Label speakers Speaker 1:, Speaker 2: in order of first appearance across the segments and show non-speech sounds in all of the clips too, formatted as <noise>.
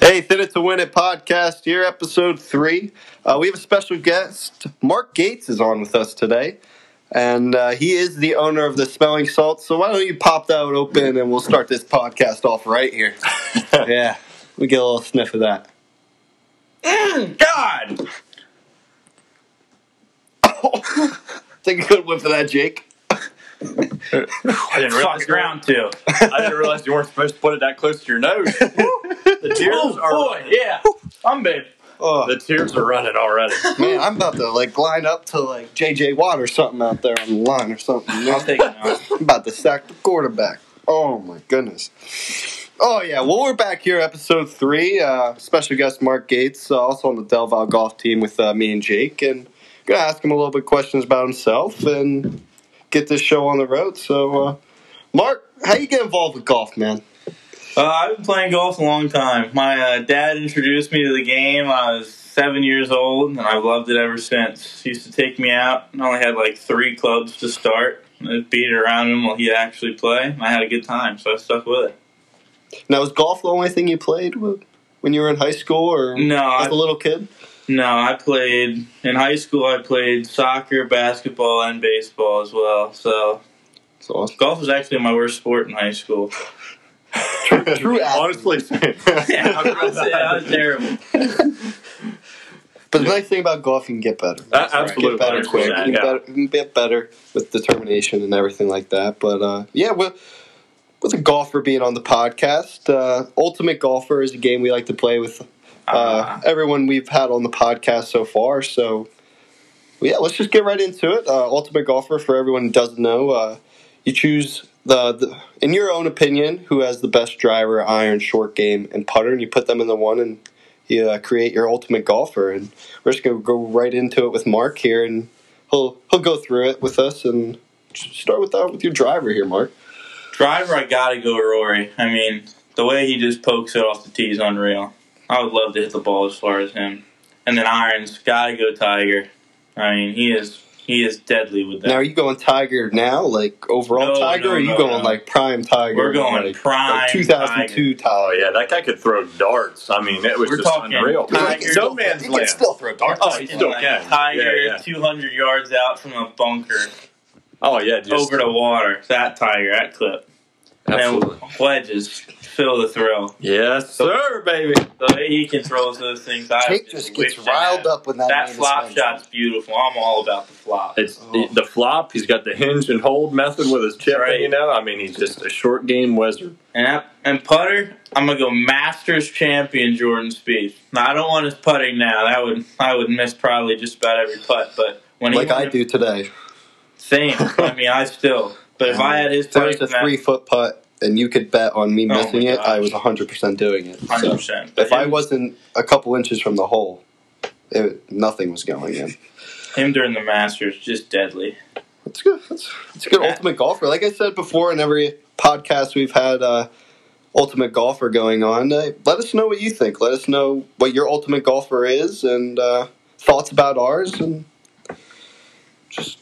Speaker 1: Hey, Thin It to Win It podcast here, episode three. Uh, we have a special guest. Mark Gates is on with us today, and uh, he is the owner of the Smelling Salt. So why don't you pop that one open and we'll start this podcast off right here? yeah, we get a little sniff of that.
Speaker 2: <laughs> God!
Speaker 1: Take a good whiff of that, Jake.
Speaker 2: I didn't realize you round two. I didn't realize you weren't supposed to put it that close to your <laughs> nose. the tears are running.
Speaker 3: yeah. I'm big.
Speaker 1: Oh
Speaker 2: Oh, The tears are running already.
Speaker 1: man, I'm about to like line up to like JJ Watt or something out there on the line or something.
Speaker 3: I'll take it now.
Speaker 1: I'm about to sack the quarterback. Oh my goodness. Oh yeah, well we're back here, episode three. Uh, special guest Mark Gates, uh, also on the Delval golf team with uh, me and Jake, and gonna ask him a little bit questions about himself and get this show on the road. So, uh, Mark, how you get involved with golf, man?
Speaker 3: Uh, I've been playing golf a long time. My uh, dad introduced me to the game. I was seven years old, and I've loved it ever since. He used to take me out. and I only had like three clubs to start. I beat it around him while he'd actually play. and I had a good time, so I stuck with it.
Speaker 1: Now, was golf the only thing you played with- when you were in high school or
Speaker 3: No,
Speaker 1: as
Speaker 3: I,
Speaker 1: a little kid?
Speaker 3: no, I played in high school. I played soccer, basketball, and baseball as well. So
Speaker 1: That's awesome.
Speaker 3: golf was actually my worst sport in high school. <laughs>
Speaker 1: True <laughs>
Speaker 2: Honestly,
Speaker 3: yeah, I was, I was terrible.
Speaker 1: But the nice thing about golf, you can get better.
Speaker 2: That's
Speaker 1: You
Speaker 2: absolutely
Speaker 1: get better
Speaker 2: 100%,
Speaker 1: quick. You can,
Speaker 2: yeah.
Speaker 1: better, you can get better with determination and everything like that. But uh, yeah, well, with a golfer being on the podcast, uh, Ultimate Golfer is a game we like to play with uh,
Speaker 3: Uh,
Speaker 1: everyone we've had on the podcast so far. So well, yeah, let's just get right into it. Uh, Ultimate Golfer, for everyone who doesn't know, uh, you choose the, the in your own opinion who has the best driver, iron, short game, and putter, and you put them in the one and you uh, create your ultimate golfer. And we're just gonna go right into it with Mark here, and he'll he'll go through it with us and start with that with your driver here, Mark.
Speaker 3: Driver, I gotta go Rory. I mean, the way he just pokes it off the tee is unreal. I would love to hit the ball as far as him. And then irons, gotta go Tiger. I mean, he is he is deadly with
Speaker 1: Now, are
Speaker 3: that.
Speaker 1: you going Tiger now, like overall
Speaker 3: No,
Speaker 1: Tiger,
Speaker 3: no,
Speaker 1: or are you
Speaker 3: no,
Speaker 1: going
Speaker 3: no.
Speaker 1: like prime Tiger?
Speaker 3: We're going
Speaker 1: like,
Speaker 3: prime
Speaker 1: like 2002 Tiger.
Speaker 2: oh yeah, that guy could throw darts. I mean, it was
Speaker 3: We're
Speaker 2: just
Speaker 3: talking
Speaker 2: unreal.
Speaker 3: Tiger.
Speaker 1: He
Speaker 2: No
Speaker 1: can still-
Speaker 2: man's
Speaker 1: he can
Speaker 2: land.
Speaker 1: still throw darts.
Speaker 2: Oh, he's still
Speaker 3: Like,
Speaker 2: can.
Speaker 3: Tiger,
Speaker 2: Yeah, yeah.
Speaker 3: 200 yards out from the bunker,
Speaker 2: Oh yeah, just
Speaker 3: over the water. That Tiger, that clip.
Speaker 2: absolutely.
Speaker 3: And wedges, feel the thrill.
Speaker 2: Yes, sir, baby.
Speaker 3: The way he controls those things, I
Speaker 1: Jake
Speaker 3: just
Speaker 1: just gets
Speaker 3: wish I
Speaker 1: riled
Speaker 3: had.
Speaker 1: up when that
Speaker 3: That
Speaker 1: man is
Speaker 3: flop
Speaker 1: playing.
Speaker 3: shot's beautiful. I'm all about the flop.
Speaker 2: It's
Speaker 1: Oh.
Speaker 2: the, the flop. He's got the hinge and hold method with his chip.
Speaker 3: Right.
Speaker 2: You know, I mean, he's just a short game wizard.
Speaker 3: And I, and putter, I'm gonna go Masters champion Jordan Spieth. Now I don't want his putting now. That would I would miss probably just about every putt. But when
Speaker 1: like
Speaker 3: he
Speaker 1: I do today.
Speaker 3: same. I mean, I still. But if I had his
Speaker 1: If I was
Speaker 3: putting,
Speaker 1: a three foot putt and you could bet on me
Speaker 3: Oh
Speaker 1: missing
Speaker 3: my
Speaker 1: it, I was
Speaker 3: gosh.
Speaker 1: 100% doing it.
Speaker 3: hundred
Speaker 1: So,
Speaker 3: percent.
Speaker 1: if I wasn't a couple inches from the hole, it, nothing was going in.
Speaker 3: him during the Masters, just deadly.
Speaker 1: It's good. It's, it's a good ultimate golfer. Like I said before, in every podcast we've had uh, ultimate golfer going on. Uh, let us know what you think. Let us know what your ultimate golfer is and uh, thoughts about ours and just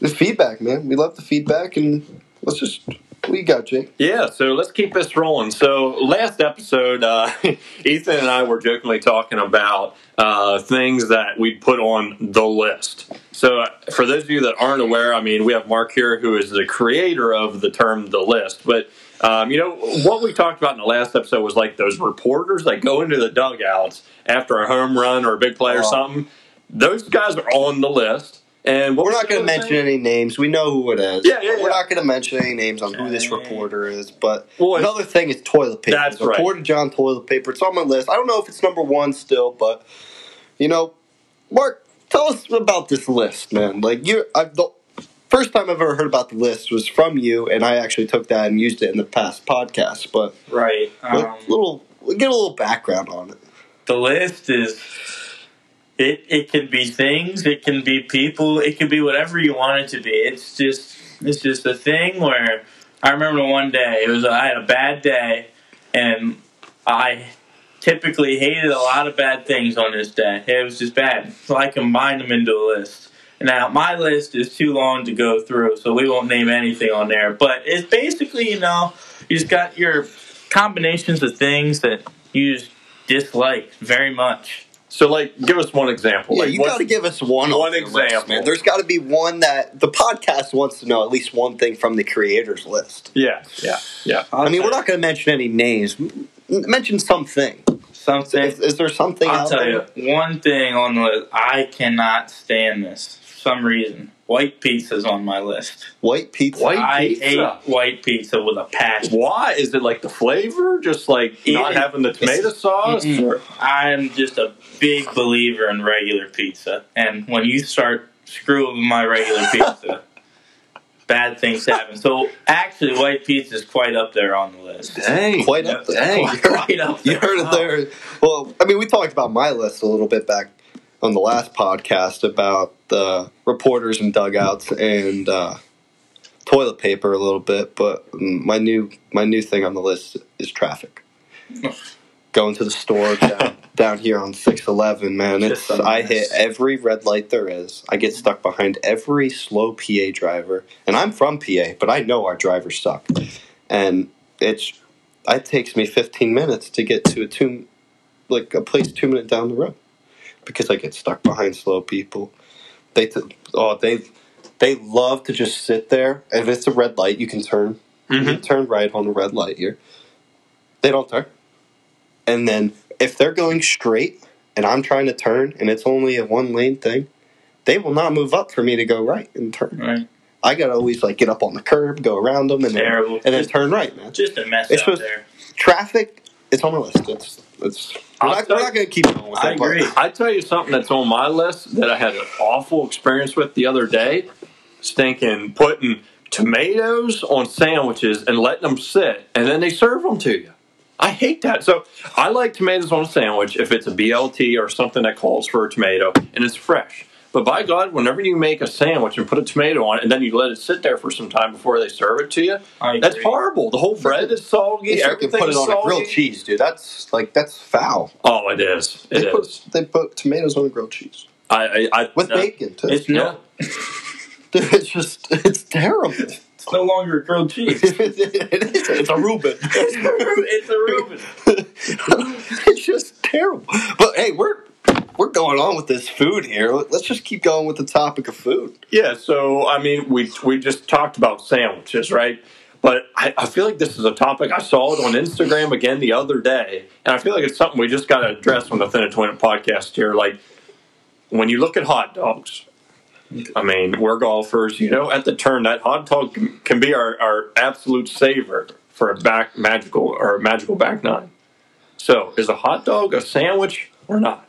Speaker 1: the feedback, man. We love the feedback and let's just what you got, Jake.
Speaker 2: Yeah, so let's keep this rolling. So last episode, uh, <laughs> Ethan and I were jokingly talking about uh, things that we put on the list. So uh, for those of you that aren't aware, I mean, we have Mark here who is the creator of the term "the list." But um, you know what we talked about in the last episode was like those reporters that go into the dugouts after a home run or a big play
Speaker 1: Oh.
Speaker 2: or something. Those guys are on the list, and what
Speaker 1: We're not
Speaker 2: was the
Speaker 1: going to
Speaker 2: other
Speaker 1: mention
Speaker 2: thing?
Speaker 1: any names. We know who it is.
Speaker 2: Yeah, yeah,
Speaker 1: We're
Speaker 2: yeah.
Speaker 1: not going to mention any names on who this
Speaker 3: Okay.
Speaker 1: reporter is. But
Speaker 2: Well, it's-
Speaker 1: another thing is toilet paper.
Speaker 2: That's
Speaker 1: The
Speaker 2: right.
Speaker 1: Reporter John toilet paper. It's on my list. I don't know if it's number one still, but you know, Mark, tell us about this list, man. Like you, I the first time I've ever heard about the list was from you, and I actually took that and used it in the past podcast. But
Speaker 3: Right.
Speaker 1: like,
Speaker 3: Um,
Speaker 1: little, get a little background on it.
Speaker 3: the list is it it can be things it can be people it can be whatever you want it to be it's just it's just a thing where i remember one day it was i had a bad day and i typically hated a lot of bad things on this day it was just bad so i combined them into a list now my list is too long to go through so we won't name anything on there but it's basically you know you just got your combinations of things that you just disliked very much.
Speaker 2: So, like, give us one example.
Speaker 1: Yeah,
Speaker 2: like,
Speaker 1: you
Speaker 2: what's-
Speaker 1: got to give us one.
Speaker 2: one
Speaker 1: off the list,
Speaker 2: example.
Speaker 1: man. There's got to be one that the podcast wants to know at least one thing from the creators list.
Speaker 2: yeah, yeah, yeah.
Speaker 1: I mean, we're not going to mention any names. M- Mention something.
Speaker 3: something.
Speaker 1: Is, is there something
Speaker 3: I'll
Speaker 1: out
Speaker 3: tell
Speaker 1: there?
Speaker 3: you one thing on the list. I cannot stand this for some reason. White pizza's on my list.
Speaker 1: White pizza.
Speaker 2: White
Speaker 3: I
Speaker 2: pizza?
Speaker 3: ate white pizza with a passion.
Speaker 2: Why is it like the flavor? Just like not
Speaker 3: Yeah.
Speaker 2: having the tomato sauce?
Speaker 3: Mm-mm.
Speaker 2: Or,
Speaker 3: I'm just a big believer in regular pizza, and when you start screwing with
Speaker 1: <laughs>
Speaker 3: my regular pizza, bad things happen. So actually, white pizza is quite up there on the list.
Speaker 2: dang,
Speaker 1: Quite up there.
Speaker 2: <laughs> Dang.
Speaker 3: <laughs> Quite up there.
Speaker 1: You heard it there. Well, I mean, we talked about my list a little bit back on the last podcast about the reporters and dugouts and uh, toilet paper a little bit, but mm, my new my new thing on the list is traffic. Going to the store down, down here on six eleven, man. It's
Speaker 3: Just a
Speaker 1: I
Speaker 3: mess.
Speaker 1: hit every red light there is. I get stuck behind every slow PA driver, and I'm from PA, but I know our drivers suck, and it's it takes me 15 minutes to get to a two like a place two minute down the road because i get stuck behind slow people they t- oh they they love to just sit there if it's a red light you can turn you
Speaker 3: Mm-hmm.
Speaker 2: Mhm.
Speaker 1: can turn right on a red light here they don't turn and then if they're going straight and i'm trying to turn and it's only a one lane thing they will not move up for me to go right and turn
Speaker 3: Right.
Speaker 1: i gotta always like get up on the curb go around them and then,
Speaker 3: Terrible.
Speaker 1: and then
Speaker 3: Just-
Speaker 1: turn right man
Speaker 3: Just a mess
Speaker 1: It's
Speaker 3: out
Speaker 1: just-
Speaker 3: there.
Speaker 1: traffic it's on my list it's it's we're
Speaker 2: I'll
Speaker 1: not,
Speaker 2: tell
Speaker 1: we're
Speaker 2: you-
Speaker 1: not gonna keep going with
Speaker 3: I
Speaker 1: it, but-
Speaker 3: agree.
Speaker 2: I tell you something that's on my list that I had an awful experience with the other day. Stinking putting tomatoes on sandwiches and letting them sit, and then they serve them to you. I hate that. So I like tomatoes on a sandwich if it's a BLT or something that calls for a tomato and it's fresh. But by God, whenever you make a sandwich and put a tomato on it and then you let it sit there for some time before they serve it to you,
Speaker 3: I
Speaker 2: that's
Speaker 3: agree.
Speaker 2: horrible. The whole bread is soggy.
Speaker 1: If you can
Speaker 2: everything
Speaker 1: put it
Speaker 2: is
Speaker 1: on a
Speaker 2: soggy.
Speaker 1: grilled cheese dude that's like that's foul
Speaker 2: Oh, it is. It
Speaker 1: they
Speaker 2: is.
Speaker 1: put they put tomatoes on a grilled cheese
Speaker 2: I, I, I
Speaker 1: with
Speaker 2: uh,
Speaker 1: bacon too <laughs>
Speaker 3: It's
Speaker 1: it's,
Speaker 3: no,
Speaker 1: just it's terrible it
Speaker 3: it's no longer
Speaker 1: <laughs>
Speaker 3: grilled cheese.
Speaker 1: is, it's a Reuben
Speaker 3: it's a Reuben. It's a Reuben.
Speaker 1: <laughs> it's just terrible but hey we're we're going on with this food here let's just keep going with the topic of food
Speaker 2: Yeah, so I mean, we we just talked about sandwiches, right? But I, I feel like this is a topic I saw it on Instagram again the other day, and I feel like it's something we just got to address on the Thin and Twin podcast here. Like when you look at hot dogs, I mean, we're golfers, you know. At the turn, that hot dog can, can be our, our absolute savior for a back magical or a magical back nine. So, is a hot dog a sandwich or not?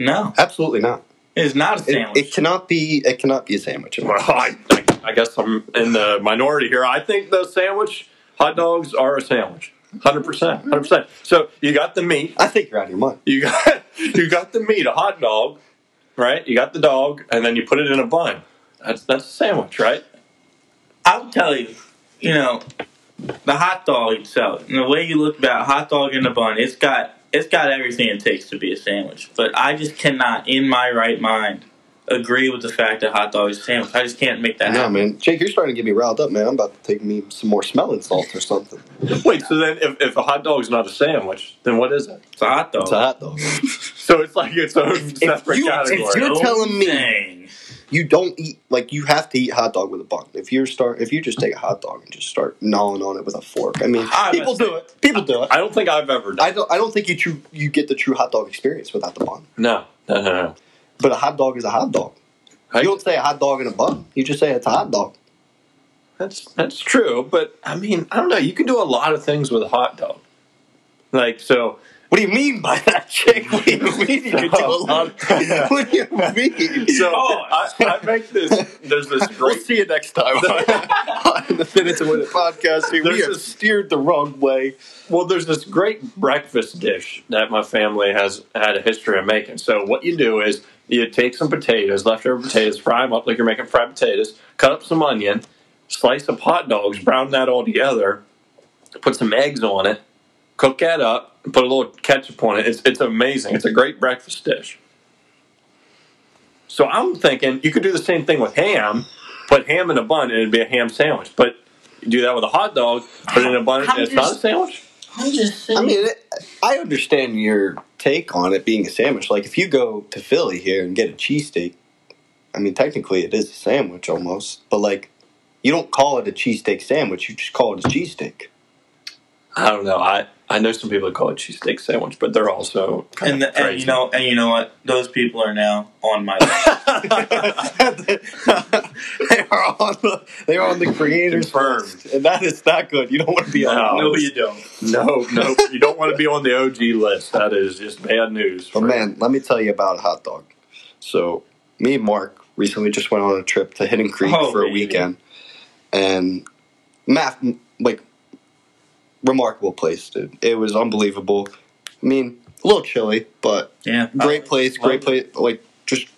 Speaker 3: No,
Speaker 1: absolutely not
Speaker 3: it's not a
Speaker 1: it,
Speaker 3: sandwich.
Speaker 1: it cannot be it cannot be a sandwich
Speaker 2: Well, I, I, I guess I'm in the minority here. I think the sandwich, hot dogs are a sandwich. 100%. 100%. So you got the meat.
Speaker 1: I think you're out of your mind
Speaker 2: You got <laughs> you got the meat, a hot dog, right? You got the dog, and then you put it in a bun. That's that's a sandwich, right?
Speaker 3: I'll tell you, you know, the hot dog itself, and the way you look about hot dog in a bun, it's got it's got everything it takes to be a sandwich. But I just cannot, in my right mind, agree with the fact that hot dog is a sandwich. I just can't make that
Speaker 1: No,
Speaker 3: happen.
Speaker 1: man. Jake, you're starting to get me riled up, man. I'm about to take me some more smelling salts or something.
Speaker 2: Wait, so then if, if a hot dog's not a sandwich, then what is it?
Speaker 3: It's a hot dog.
Speaker 1: It's a hot dog.
Speaker 2: So it's like its own separate
Speaker 1: you- if
Speaker 2: category.
Speaker 1: you- You're
Speaker 3: No
Speaker 1: telling me-
Speaker 3: thing.
Speaker 1: You don't eat like you have to eat hot dog with a bun. If you start, if you just take a hot dog and just start gnawing on it with a fork, I mean,
Speaker 3: I
Speaker 1: people
Speaker 3: must say-
Speaker 1: do it. People do it.
Speaker 2: I don't think I've ever done.
Speaker 1: I don't. I don't think you true, you get the true hot dog experience without the bun.
Speaker 2: no, no, no, no.
Speaker 1: But a hot dog is a hot dog.
Speaker 2: I-
Speaker 1: You don't say a hot dog in a bun. You just say it's a hot dog.
Speaker 2: That's that's true, but I mean, I don't know. You can do a lot of things with a hot dog. Like so,
Speaker 1: What do you mean by that, Jake? <laughs> What do you mean you can do a lot?
Speaker 2: <laughs> Yeah.
Speaker 1: <laughs> What do you <laughs> mean?
Speaker 2: so I, I make this. There's this
Speaker 1: <laughs> We'll
Speaker 2: great.
Speaker 1: see you next time <laughs>
Speaker 2: <laughs>
Speaker 1: on the Finish and Win It podcast. Here, we
Speaker 2: There's
Speaker 1: have
Speaker 2: this-
Speaker 1: Oh. steered the wrong way.
Speaker 2: Well, there's this great breakfast dish that my family has had a history of making. So what you do is you take some potatoes, leftover potatoes, fry them up like you're making fried potatoes. Cut up some onion, slice up hot dogs, brown that all together, put some eggs on it, cook that up, and put a little ketchup on it. It's it's amazing. It's a great breakfast dish. So I'm thinking you could do the same thing with ham, put ham in a bun and it'd be a ham sandwich. But you do that with a hot dog, put it in a bun,
Speaker 3: How
Speaker 2: and it's not a
Speaker 3: does-
Speaker 2: sandwich.
Speaker 3: I'm just saying.
Speaker 1: I mean, it, I understand your take on it being a sandwich. Like if you go to Philly here and get a cheesesteak, I mean technically it is a sandwich almost, but like you don't call it a cheesesteak sandwich, you just call it a cheesesteak.
Speaker 2: I don't know. I, I know some people that call it cheesesteak sandwich, but they're also kind
Speaker 3: And,
Speaker 2: of
Speaker 3: the, and
Speaker 2: crazy.
Speaker 3: you know, and you know what? Those people are now on <laughs> my. list.
Speaker 2: <laughs>
Speaker 1: they are on the they are on the creators
Speaker 2: Confirmed.
Speaker 1: first. And that is not good. You don't want to be on
Speaker 2: No.
Speaker 3: no, you don't.
Speaker 2: no, no, you don't want to be on the OG list. That is just bad news.
Speaker 1: But
Speaker 2: for-
Speaker 1: man, let me tell you about a hot dog. So me and Mark recently just went on a trip to Hidden Creek
Speaker 3: Oh,
Speaker 1: for a
Speaker 3: baby.
Speaker 1: weekend, and math like remarkable place, dude. It was unbelievable. I mean, a little chilly, but
Speaker 3: Yeah.
Speaker 1: great place, great place. Like just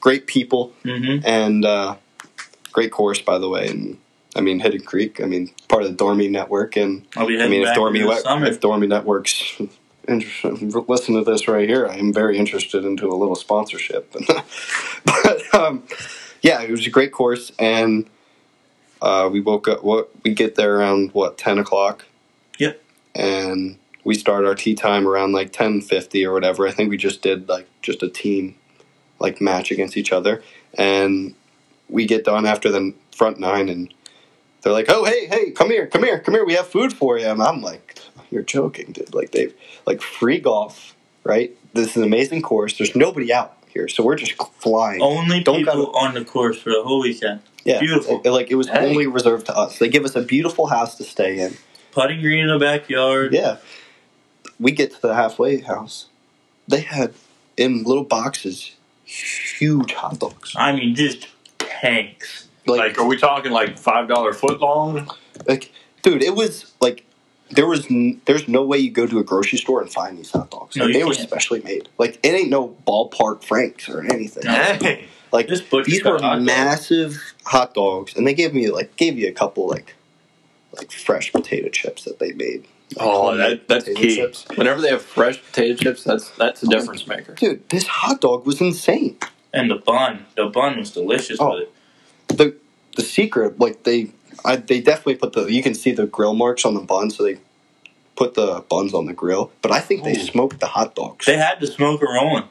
Speaker 1: great people
Speaker 3: Mm-hmm.
Speaker 1: and uh, great course, by the way. And I mean, Hidden Creek. I mean, part of the Dormy network, and
Speaker 3: I'll be
Speaker 1: I
Speaker 3: heading
Speaker 1: mean, if
Speaker 3: back
Speaker 1: Dormy,
Speaker 3: in the
Speaker 1: Le-
Speaker 3: summer.
Speaker 1: if Dormy Networks inter- listen to this right here, I am very interested into a little sponsorship. <laughs> but um, yeah, it was a great course, and uh, we woke up. What we get there around what ten o'clock?
Speaker 3: Yep.
Speaker 1: And we start our tea time around like ten fifty or whatever. I think we just did like just a team like match against each other, and we get done after the front nine and they're like, "Oh, hey, hey, come here, come here, come here. We have food for you." And I'm like, "You're joking, dude!" Like they've like free golf, right? This is an amazing course. There's nobody out here, so we're just flying.
Speaker 2: Oh,
Speaker 3: Only
Speaker 1: Don't
Speaker 3: people
Speaker 1: gotta-
Speaker 3: on the course for the whole weekend.
Speaker 1: yeah,
Speaker 3: beautiful.
Speaker 1: It- it- like it was
Speaker 2: Hey.
Speaker 1: only reserved to us. They give us a beautiful house to stay in.
Speaker 3: Putting green in the backyard.
Speaker 1: Yeah, we get to the halfway house. They had in little boxes huge hot dogs.
Speaker 3: I mean, just tanks.
Speaker 2: like, are we talking like five dollar foot long?
Speaker 1: like dude it was like there was n- there's no way you go to a grocery store and find these hot dogs
Speaker 3: No,
Speaker 1: Like,
Speaker 3: you
Speaker 1: they were
Speaker 3: can't.
Speaker 1: specially made like it ain't no ballpark franks or anything
Speaker 3: No.
Speaker 2: Dang.
Speaker 1: like
Speaker 3: This butcher's
Speaker 1: these
Speaker 3: got
Speaker 1: were
Speaker 3: hot dogs.
Speaker 1: massive hot dogs and they gave me like gave you a couple like like fresh potato chips that they made Like,
Speaker 2: Oh,
Speaker 1: homemade
Speaker 2: that, that's
Speaker 1: potato
Speaker 2: key.
Speaker 1: chips.
Speaker 2: Whenever they have fresh potato chips, that's that's a difference maker.
Speaker 1: dude this hot dog was insane
Speaker 3: And the bun. The bun was delicious
Speaker 1: Oh.
Speaker 3: with it.
Speaker 1: the the secret like they I, they definitely put the you can see the grill marks on the bun so they put the buns on the grill but i think they
Speaker 2: Ooh.
Speaker 1: smoked the hot dogs
Speaker 3: They had the smoker rolling.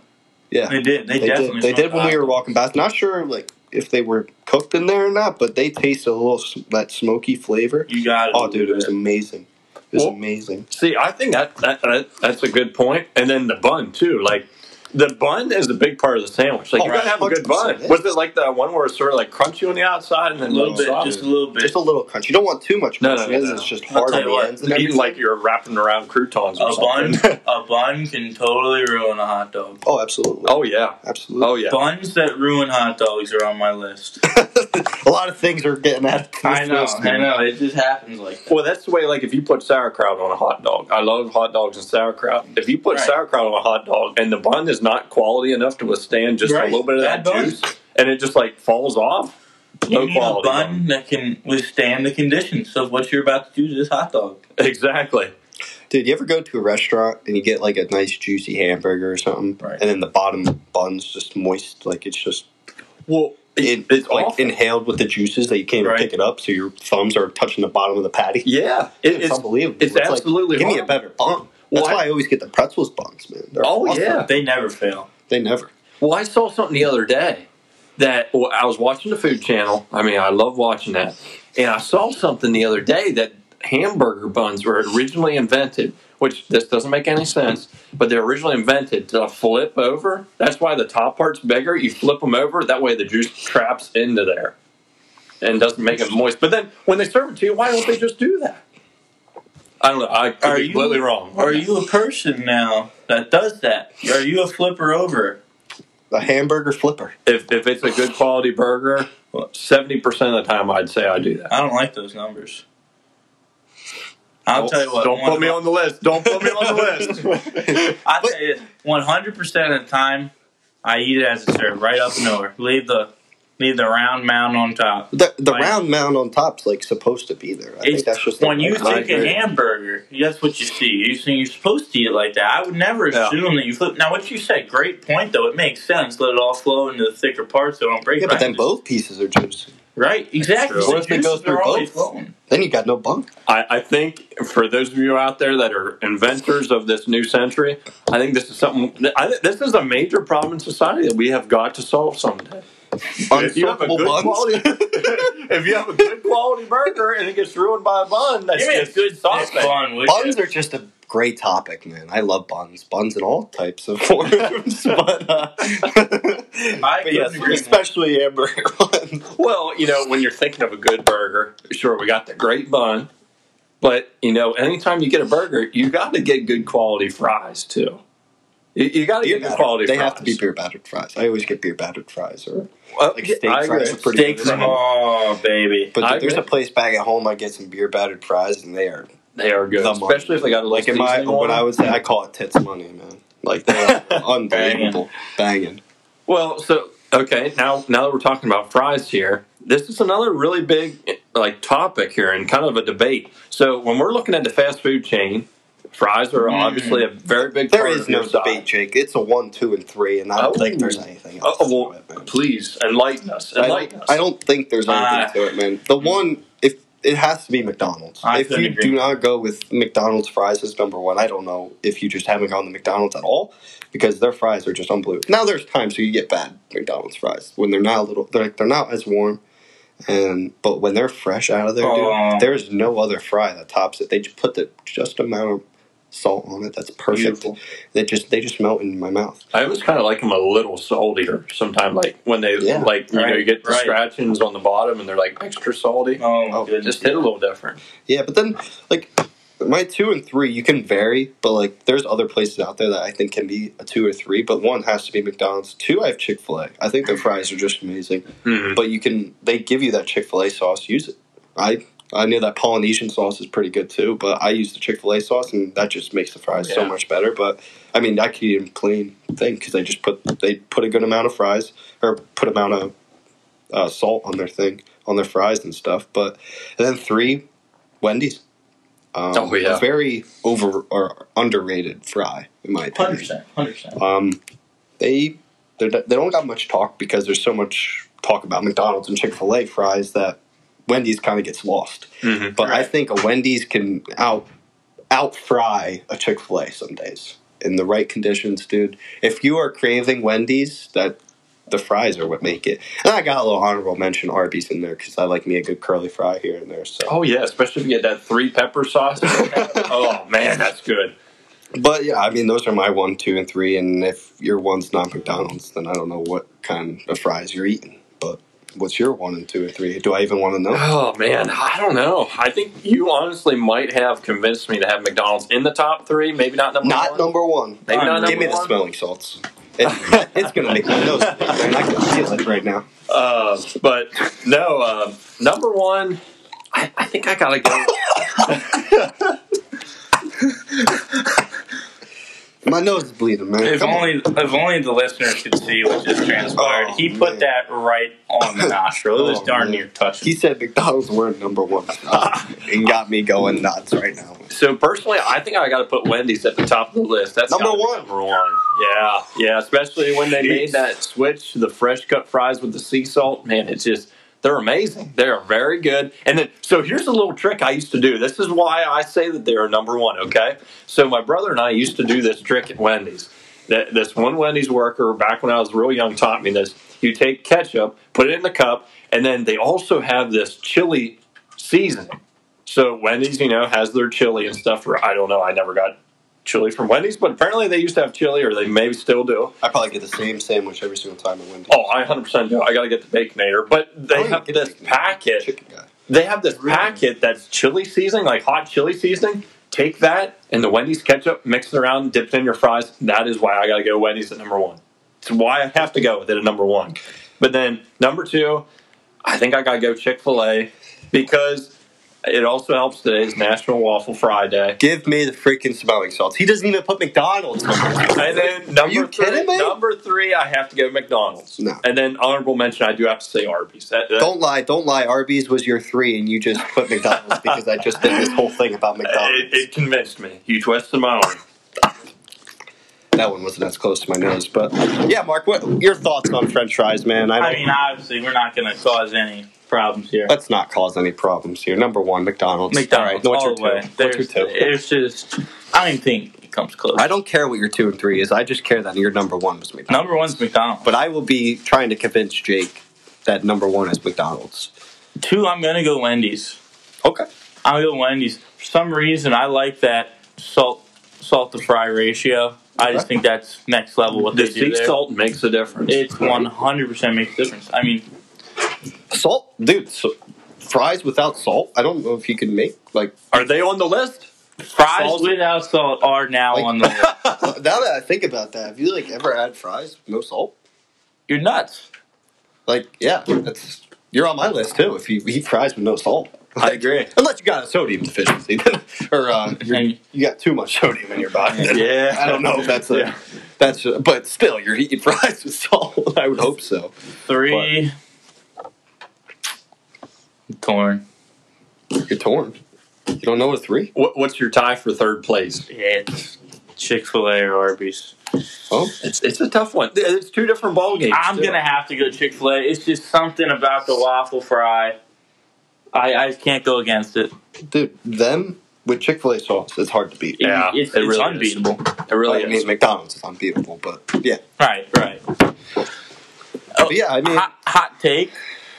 Speaker 1: yeah
Speaker 3: They did. They,
Speaker 1: They
Speaker 3: definitely
Speaker 1: did. They did
Speaker 3: smoked
Speaker 1: when we
Speaker 3: hot
Speaker 1: were
Speaker 3: dogs.
Speaker 1: walking past. Not sure like if they were cooked in there or not, but they tasted a little s- that smoky flavor.
Speaker 3: You got it.
Speaker 1: Oh, dude, it was amazing. It was
Speaker 2: Well-
Speaker 1: amazing.
Speaker 2: See, I think that, that, that that's a good point. And then the bun too. Like the bun is a big part of the sandwich. Like
Speaker 1: Oh,
Speaker 2: you gotta have a good bun.
Speaker 1: 100%.
Speaker 2: Was it like the one where it's sort of like crunchy on the outside and then
Speaker 3: a little bit,
Speaker 2: soft?
Speaker 3: just a little bit.
Speaker 1: Just a little crunch. You don't want too much
Speaker 2: No,
Speaker 1: crunch.
Speaker 2: no,
Speaker 1: because
Speaker 2: no, no.
Speaker 1: It's just
Speaker 3: I'll
Speaker 1: hard
Speaker 3: tell
Speaker 1: on
Speaker 3: you
Speaker 1: the
Speaker 3: what,
Speaker 1: ends. and
Speaker 2: Eating
Speaker 1: everything.
Speaker 2: like you're wrapping around croutons or
Speaker 3: A bun,
Speaker 2: something. <laughs>
Speaker 1: <laughs>
Speaker 3: a bun can totally ruin a hot dog.
Speaker 1: oh, absolutely.
Speaker 2: oh yeah.
Speaker 1: Absolutely.
Speaker 2: Oh yeah.
Speaker 3: Buns that ruin hot dogs are on my
Speaker 1: <laughs>
Speaker 3: list.
Speaker 1: a lot of things are getting at. this
Speaker 3: I know,
Speaker 1: list, man.
Speaker 3: I know. It just happens like that.
Speaker 2: Well, that's the way. Like, if you put sauerkraut on a hot dog, I love hot dogs and sauerkraut. If you put
Speaker 3: Right.
Speaker 2: sauerkraut on a hot dog and the bun is not quality enough to withstand just a
Speaker 3: Right.
Speaker 2: little bit of that
Speaker 3: Bad bun.
Speaker 2: juice, and it just like falls off,
Speaker 3: You
Speaker 2: low
Speaker 3: need a
Speaker 2: quality.
Speaker 3: bun that can withstand the conditions of what you're about to do to this hot dog.
Speaker 2: <laughs> Exactly.
Speaker 1: Dude, you ever go to a restaurant and you get like a nice juicy hamburger or something,
Speaker 3: Right.
Speaker 1: and then the bottom bun's just moist, like it's just
Speaker 2: Well,
Speaker 1: it,
Speaker 2: it's
Speaker 1: like
Speaker 2: awful.
Speaker 1: inhaled with the juices that you can't even
Speaker 3: Right.
Speaker 1: pick it up, so your thumbs are touching the bottom of the patty.
Speaker 2: yeah, it-
Speaker 1: It's,
Speaker 2: it's
Speaker 1: unbelievable.
Speaker 2: it's
Speaker 1: like,
Speaker 2: absolutely
Speaker 1: give me a
Speaker 2: horrible.
Speaker 1: better bun. That's
Speaker 2: Why-
Speaker 1: why I always get the pretzels buns, man. They're
Speaker 2: Oh,
Speaker 1: awesome.
Speaker 2: yeah.
Speaker 3: They never fail.
Speaker 1: they never.
Speaker 2: Well, I saw something the other day that well, I was watching the Food Channel. I mean, I love watching that. And I saw something the other day that hamburger buns were originally invented, which this doesn't make any sense, but they're originally invented to flip over. That's why the top part's bigger. You flip them over, that way the juice traps into there and doesn't make it moist. But then when they serve it to you, why don't they just do that? I don't know. I could
Speaker 3: Are
Speaker 2: be
Speaker 3: you-
Speaker 2: completely wrong.
Speaker 3: Are you a person now that does that? Are you a flipper over?
Speaker 1: A hamburger flipper.
Speaker 2: if, if it's a good quality burger, 70% of the time I'd say I do that.
Speaker 3: I don't like those numbers. I'll
Speaker 2: Don't-
Speaker 3: tell you what.
Speaker 2: Don't
Speaker 3: one-
Speaker 2: put me on the list. Don't put me on the list. <laughs>
Speaker 3: I tell you, one hundred percent of the time, I eat it as it's served, right up and over. Leave the leave the round mound on top.
Speaker 1: The, the
Speaker 3: Like-
Speaker 1: round mound on top's like supposed to be there. I
Speaker 3: It's-
Speaker 1: think that's just
Speaker 3: when you
Speaker 1: the way I
Speaker 3: think a
Speaker 1: agree.
Speaker 3: hamburger, that's what you see. You think you're supposed to eat it like that. I would never
Speaker 2: Yeah.
Speaker 3: assume that you flip. Now, what you said, great point though. It makes sense. Let it all flow into the thicker parts so it don't break.
Speaker 1: Yeah, but then
Speaker 3: right.
Speaker 1: both pieces are juicy.
Speaker 3: Right, exactly.
Speaker 2: true.
Speaker 1: What if it goes
Speaker 3: Juices are
Speaker 1: through
Speaker 3: always
Speaker 1: both?
Speaker 3: flowing.
Speaker 1: Then you got no bunk.
Speaker 2: I, I think for those of you out there that are inventors of this new century, I think this is something. I, think this is a major problem in society that we have got to solve someday. If you have a
Speaker 1: Unflappable
Speaker 2: good
Speaker 1: buns.
Speaker 2: <laughs> if you have a good quality burger and it gets ruined by a bun, that's
Speaker 3: Give me a
Speaker 2: just good sauce.
Speaker 3: That's fun. would
Speaker 1: buns
Speaker 3: you?
Speaker 1: are just a great topic, man. I love buns. Buns in all types of <laughs> forms, but, uh, <laughs> but yes,
Speaker 3: agree more.
Speaker 1: especially hamburger <laughs> buns.
Speaker 2: Well, you know, when you're thinking of a good burger, sure, we got the great bun, but you know, anytime you get a burger, you got to get good quality fries too. You, got to
Speaker 1: Beer
Speaker 2: get good
Speaker 1: battered.
Speaker 2: quality.
Speaker 1: they
Speaker 2: fries.
Speaker 1: have to be beer battered fries. I always get beer battered fries, or
Speaker 2: Uh,
Speaker 1: like steak
Speaker 2: I agree.
Speaker 1: fries are pretty
Speaker 3: steak.
Speaker 1: good.
Speaker 3: fries. Oh, baby.
Speaker 1: But
Speaker 2: I
Speaker 1: there's
Speaker 2: agree.
Speaker 1: a place back at home I get some beer battered fries, and they are
Speaker 2: They are good,
Speaker 1: The money.
Speaker 2: especially if they got a little
Speaker 1: like in my
Speaker 2: seasoning on
Speaker 1: what
Speaker 2: them.
Speaker 1: I would say I call it tits money, man. Like
Speaker 2: <laughs>
Speaker 1: they're unbelievable, banging.
Speaker 2: Well, so okay, now now that we're talking about fries here, this is another really big like topic here and kind of a debate. So when we're looking at the fast food chain, fries are obviously a very big.
Speaker 1: Mm. There
Speaker 2: part
Speaker 1: is
Speaker 2: of
Speaker 1: no
Speaker 2: your diet.
Speaker 1: debate, Jake. It's a one, two, and three, and I don't
Speaker 2: Oh.
Speaker 1: think there's anything
Speaker 2: Oh,
Speaker 1: else.
Speaker 2: oh,
Speaker 1: to it,
Speaker 2: well,
Speaker 1: man.
Speaker 2: please enlighten us.
Speaker 1: I
Speaker 2: Enlighten
Speaker 1: don't,
Speaker 2: us.
Speaker 1: I don't think there's anything
Speaker 3: Ah.
Speaker 1: to it, man. The one, if it has to be McDonald's.
Speaker 3: I
Speaker 1: if
Speaker 3: couldn't
Speaker 1: you
Speaker 3: agree
Speaker 1: do not go with McDonald's fries as number one, I don't know if you just haven't gone to McDonald's at all because their fries are just unbelievable. Now there's times where you get bad McDonald's fries when they're not a little, they're they're not as warm, and but when they're fresh out of there,
Speaker 3: Oh.
Speaker 1: dude, there is no other fry that tops it. They just put the just amount of salt on it that's perfect.
Speaker 3: Beautiful.
Speaker 1: They just they just melt in my mouth.
Speaker 2: I always kind of like them a little saltier sometimes, like when they
Speaker 1: Yeah.
Speaker 2: like you know
Speaker 3: Right,
Speaker 2: you get the
Speaker 3: right.
Speaker 2: scratchings on the bottom and they're like extra salty.
Speaker 3: Oh, my
Speaker 1: Oh,
Speaker 3: goodness.
Speaker 2: Just hit a little different.
Speaker 1: Yeah, but then like my two and three, you can vary, but like there's other places out there that I think can be a two or three, but one has to be McDonald's. Two, I have Chick Fil A. I think their fries are just amazing,
Speaker 2: Mhm.
Speaker 1: but you can they give you that Chick Fil A sauce. Use it. I I know that Polynesian sauce is pretty good too, but I use the Chick Fil A sauce, and that just makes the fries so
Speaker 2: Yeah.
Speaker 1: much better. But I mean, I could eat them plain thing because they just put they put a good amount of fries or put amount of uh, salt on their thing on their fries and stuff. But and then three, Wendy's. Um,
Speaker 2: Oh, yeah.
Speaker 1: a very over or underrated fry in my opinion.
Speaker 3: 100%. 100%.
Speaker 1: Um, they they're- they don't got much talk because there's so much talk about McDonald's and Chick Fil A fries that Wendy's kind of gets lost.
Speaker 2: Mhm.
Speaker 1: But I
Speaker 3: Right.
Speaker 1: think a Wendy's can out out fry a Chick Fil A some days in the right conditions, dude. If you are craving Wendy's, that the fries are what make it. And I got a little honorable mention Arby's in there because I like me a good curly fry here and there. So,
Speaker 2: Oh yeah, especially if you get that three pepper <laughs> sauce. oh man, that's good.
Speaker 1: but yeah, I mean those are my one, two, and three. And if your one's not McDonald's, then I don't know what kind of fries you're eating. But what's your one and two and three? Do I even want to know?
Speaker 2: Oh man, I don't know. I think you honestly might have convinced me to have McDonald's in the top three. Maybe not number
Speaker 1: Not
Speaker 2: one.
Speaker 1: number one.
Speaker 2: Maybe not number
Speaker 1: Give me the
Speaker 2: one.
Speaker 1: smelling <laughs> salts. It, it's gonna make my nose. itch, Man, I can feel it right now.
Speaker 2: Uh, but no, uh, number one, I, I think I
Speaker 1: <coughs>
Speaker 2: gotta go.
Speaker 1: My nose is bleeding, man.
Speaker 3: If
Speaker 1: Come on.
Speaker 3: only, if only the listeners could see what just transpired.
Speaker 1: Oh,
Speaker 3: he put
Speaker 1: man.
Speaker 3: that right on the nostril. It was
Speaker 1: Oh,
Speaker 3: darn
Speaker 1: man.
Speaker 3: near touching.
Speaker 1: He said McDonald's were number
Speaker 2: <laughs>
Speaker 1: one and got me going nuts right now.
Speaker 2: So personally, I think I gotta put Wendy's at the top of the list. That's
Speaker 1: Number
Speaker 2: gotta be
Speaker 1: one.
Speaker 2: Number one. Yeah, yeah. Especially when they made that switch to the fresh cut fries with the sea salt. Man, it's just. They're amazing. They're very good. And then, so here's a little trick I used to do. This is why I say that they're number one, okay? So, my brother and I used to do this trick at Wendy's. That This one Wendy's worker back when I was real young taught me this. You take ketchup, put it in the cup, and then they also have this chili seasoning. So Wendy's, you know, has their chili and stuff. Or I don't know. I never got chili from Wendy's, but apparently they used to have chili, or they maybe still do.
Speaker 1: I probably get the same sandwich every single time I went.
Speaker 2: Oh, I 100% do. I got to get the Baconator. But
Speaker 1: Oh,
Speaker 2: they
Speaker 1: you
Speaker 2: have
Speaker 1: get
Speaker 2: this
Speaker 1: Baconator.
Speaker 2: packet.
Speaker 1: chicken guy.
Speaker 2: They have this packet that's chili seasoning, like hot chili seasoning. Take that and the Wendy's ketchup, mix it around, dip it in your fries. That is why I got to go Wendy's at number one. It's why I have to go with it at number one. But then number two, I think I got to go Chick fil A because it also helps today's National Waffle Friday.
Speaker 1: Give me the freaking smelling salts. He doesn't even put McDonald's.
Speaker 2: And then number
Speaker 1: you
Speaker 2: three,
Speaker 1: kidding me?
Speaker 2: number three, I have to go McDonald's.
Speaker 1: No.
Speaker 2: And then honorable mention, I do have to say Arby's. That- that-
Speaker 1: don't lie, don't lie. Arby's was your three, and you just put McDonald's because I just did this whole thing about McDonald's.
Speaker 2: it, it convinced me. You twisted my arm.
Speaker 1: that one wasn't as close to my nose, but yeah, Mark, what your thoughts on French fries, man? I,
Speaker 3: I
Speaker 1: don't-
Speaker 3: mean, obviously, we're not going to cause any problems here.
Speaker 1: Let's not cause any problems here. Number one, McDonald's.
Speaker 3: McDonald's
Speaker 1: All right,
Speaker 3: all
Speaker 1: what's
Speaker 3: the
Speaker 1: your
Speaker 3: way.
Speaker 1: two? What's
Speaker 3: There's,
Speaker 1: your two?
Speaker 3: It's just I don't even think it comes close.
Speaker 1: I don't care what your two and three is. I just care that your number one was McDonald's.
Speaker 3: Number one's McDonald's.
Speaker 1: But I will be trying to convince Jake that number one is McDonald's.
Speaker 3: Two, I'm gonna go Wendy's.
Speaker 1: Okay.
Speaker 3: I'm gonna go Wendy's. For some reason, I like that salt salt to fry ratio. I just think that's next level. What
Speaker 2: The
Speaker 3: they do
Speaker 2: sea
Speaker 3: there.
Speaker 2: salt makes a difference.
Speaker 3: It's one hundred percent makes a difference. I mean,
Speaker 1: Salt, dude. So fries without salt. I don't know if you can make like <laughs>
Speaker 2: Are they on the list?
Speaker 3: fries
Speaker 1: Salt-
Speaker 3: without salt are now
Speaker 1: Like-
Speaker 3: on the. list.
Speaker 1: now that I think about that. Have you like ever had fries with no salt?
Speaker 3: <laughs> You're nuts.
Speaker 1: Like yeah, that's you're on my list too. If you eat fries with no salt,
Speaker 2: I agree.
Speaker 1: unless you got a sodium deficiency, <laughs> or uh, you're-
Speaker 3: And
Speaker 1: you got too much sodium in your body. then
Speaker 2: Yeah.
Speaker 1: I don't know if that's a
Speaker 2: Yeah.
Speaker 1: that's a, but still you're eating fries with salt. I would hope so.
Speaker 3: three. Torn.
Speaker 1: You're torn. You don't know a three.
Speaker 2: What, what's your tie for third place?
Speaker 3: Yeah, it's Chick Fil A or Arby's.
Speaker 1: Oh,
Speaker 2: It's it's a tough one. It's two different ball games.
Speaker 3: I'm gonna have to go Chick Fil A. It's just something about the waffle fry. I, I can't go against it.
Speaker 1: dude, them with Chick Fil A sauce is hard to beat.
Speaker 3: It-
Speaker 2: Yeah,
Speaker 3: it's,
Speaker 2: it
Speaker 3: it's
Speaker 2: really is.
Speaker 3: unbeatable.
Speaker 2: It really
Speaker 1: I
Speaker 2: is.
Speaker 1: mean, McDonald's is unbeatable, but yeah,
Speaker 3: Right, right.
Speaker 2: Oh,
Speaker 1: but yeah. I mean,
Speaker 3: hot, hot take: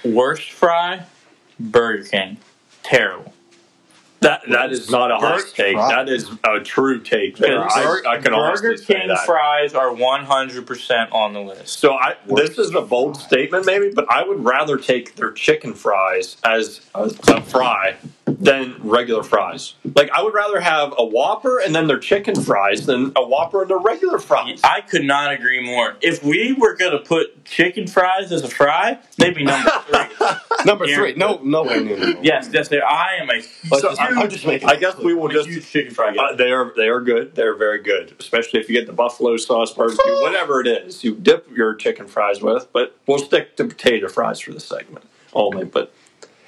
Speaker 3: worst fry, Burger King. Terrible.
Speaker 2: That that is not a hard
Speaker 1: Burger
Speaker 2: take.
Speaker 1: fry.
Speaker 2: That is a true take. There. I, I can
Speaker 3: Burger
Speaker 2: honestly say
Speaker 3: King
Speaker 2: that.
Speaker 3: fries are 100 percent on the list.
Speaker 2: so I this is a bold statement maybe, but I would rather take their chicken fries as a, a fry than regular fries. Like I would rather have a Whopper and then their chicken fries than a Whopper and their regular fries.
Speaker 3: I could not agree more. If we were gonna put chicken fries as a fry, they'd be number
Speaker 2: <laughs>
Speaker 3: three.
Speaker 1: number
Speaker 3: Yeah.
Speaker 1: three. No, no, no, no, no.
Speaker 3: yes, yes, there. I am a
Speaker 1: Let's
Speaker 2: So
Speaker 1: just-
Speaker 2: I-
Speaker 1: I'm just making.
Speaker 2: I guess we will just
Speaker 3: huge chicken fry guy.
Speaker 2: Uh, they are they are good. They're very good, especially if you get the buffalo sauce
Speaker 1: <laughs>
Speaker 2: barbecue, whatever it is you dip your chicken fries with. But we'll stick to potato fries for the segment only. But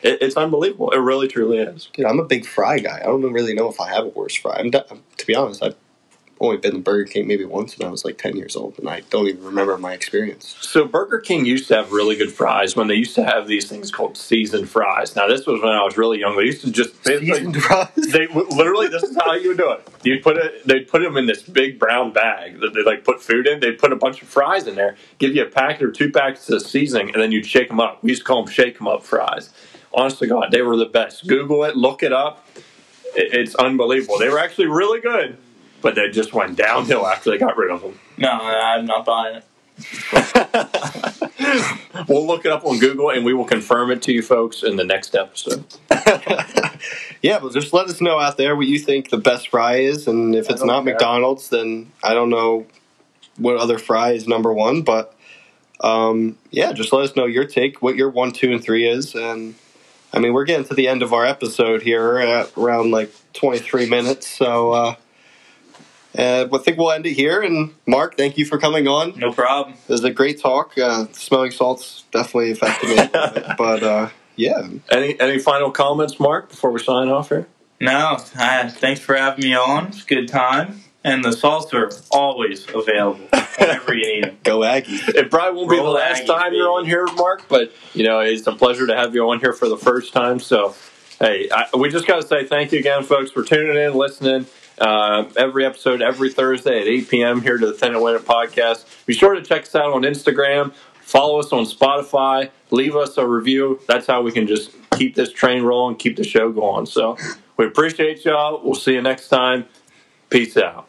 Speaker 2: it, it's unbelievable. It really truly is.
Speaker 1: Dude, I'm a big fry guy. I don't really know if I have a worse fry. I'm d to be honest. I've only been to Burger King maybe once when I was like ten years old, and I don't even remember my experience. <laughs>
Speaker 2: So Burger King used to have really good fries when they used to have these things called seasoned fries. Now this was when I was really young. They used to just they,
Speaker 1: Seasoned fries.
Speaker 2: they would- literally this is how you would do it. You put it they'd put them in this big brown bag that they like put food in. They'd put a bunch of fries in there, give you a packet or two packets of seasoning, and then you'd shake them up. We used to call them shake them up fries. Honest to God, they were the best. Google it, look it up. It- It's unbelievable. They were actually really good, but they just went downhill after they got rid of them.
Speaker 3: No, I'm not buying it.
Speaker 2: We'll look it up on Google and we will confirm it to you folks in the next episode.
Speaker 1: <laughs> yeah, but just let us know out there what you think the best fry is, and if
Speaker 3: I
Speaker 1: it's
Speaker 3: don't
Speaker 1: not
Speaker 3: care.
Speaker 1: McDonald's, then I don't know what other fry is number one. But um, yeah, just let us know your take, what your one, two, and three is, and I mean we're getting to the end of our episode here We're at around like twenty three minutes, so. Uh, uh, but I think we'll end it here. And Mark, thank you for coming on.
Speaker 3: No problem.
Speaker 1: It was a great talk. Uh, smelling salts definitely affected me, a little
Speaker 3: <laughs>
Speaker 1: bit, but uh, yeah,
Speaker 2: Any any final comments, Mark, before we sign off here?
Speaker 3: No, I, thanks for having me on. It's a good time. And the salts are always available whenever you need them.
Speaker 1: go Aggie.
Speaker 2: It probably won't be the
Speaker 3: Roll
Speaker 2: last
Speaker 3: Aggies,
Speaker 2: time you're on
Speaker 3: baby.
Speaker 2: here, Mark, but you know it's a pleasure to have you on here for the first time. So, hey, I, we just got to say thank you again, folks, for tuning in, listening. Uh, every episode, every Thursday at 8 p.m. here to the Thin and Winner podcast. Be sure to check us out on Instagram. Follow us on Spotify. Leave us a review. That's how we can just keep this train rolling, keep the show going. So we appreciate y'all. We'll see you next time. Peace out.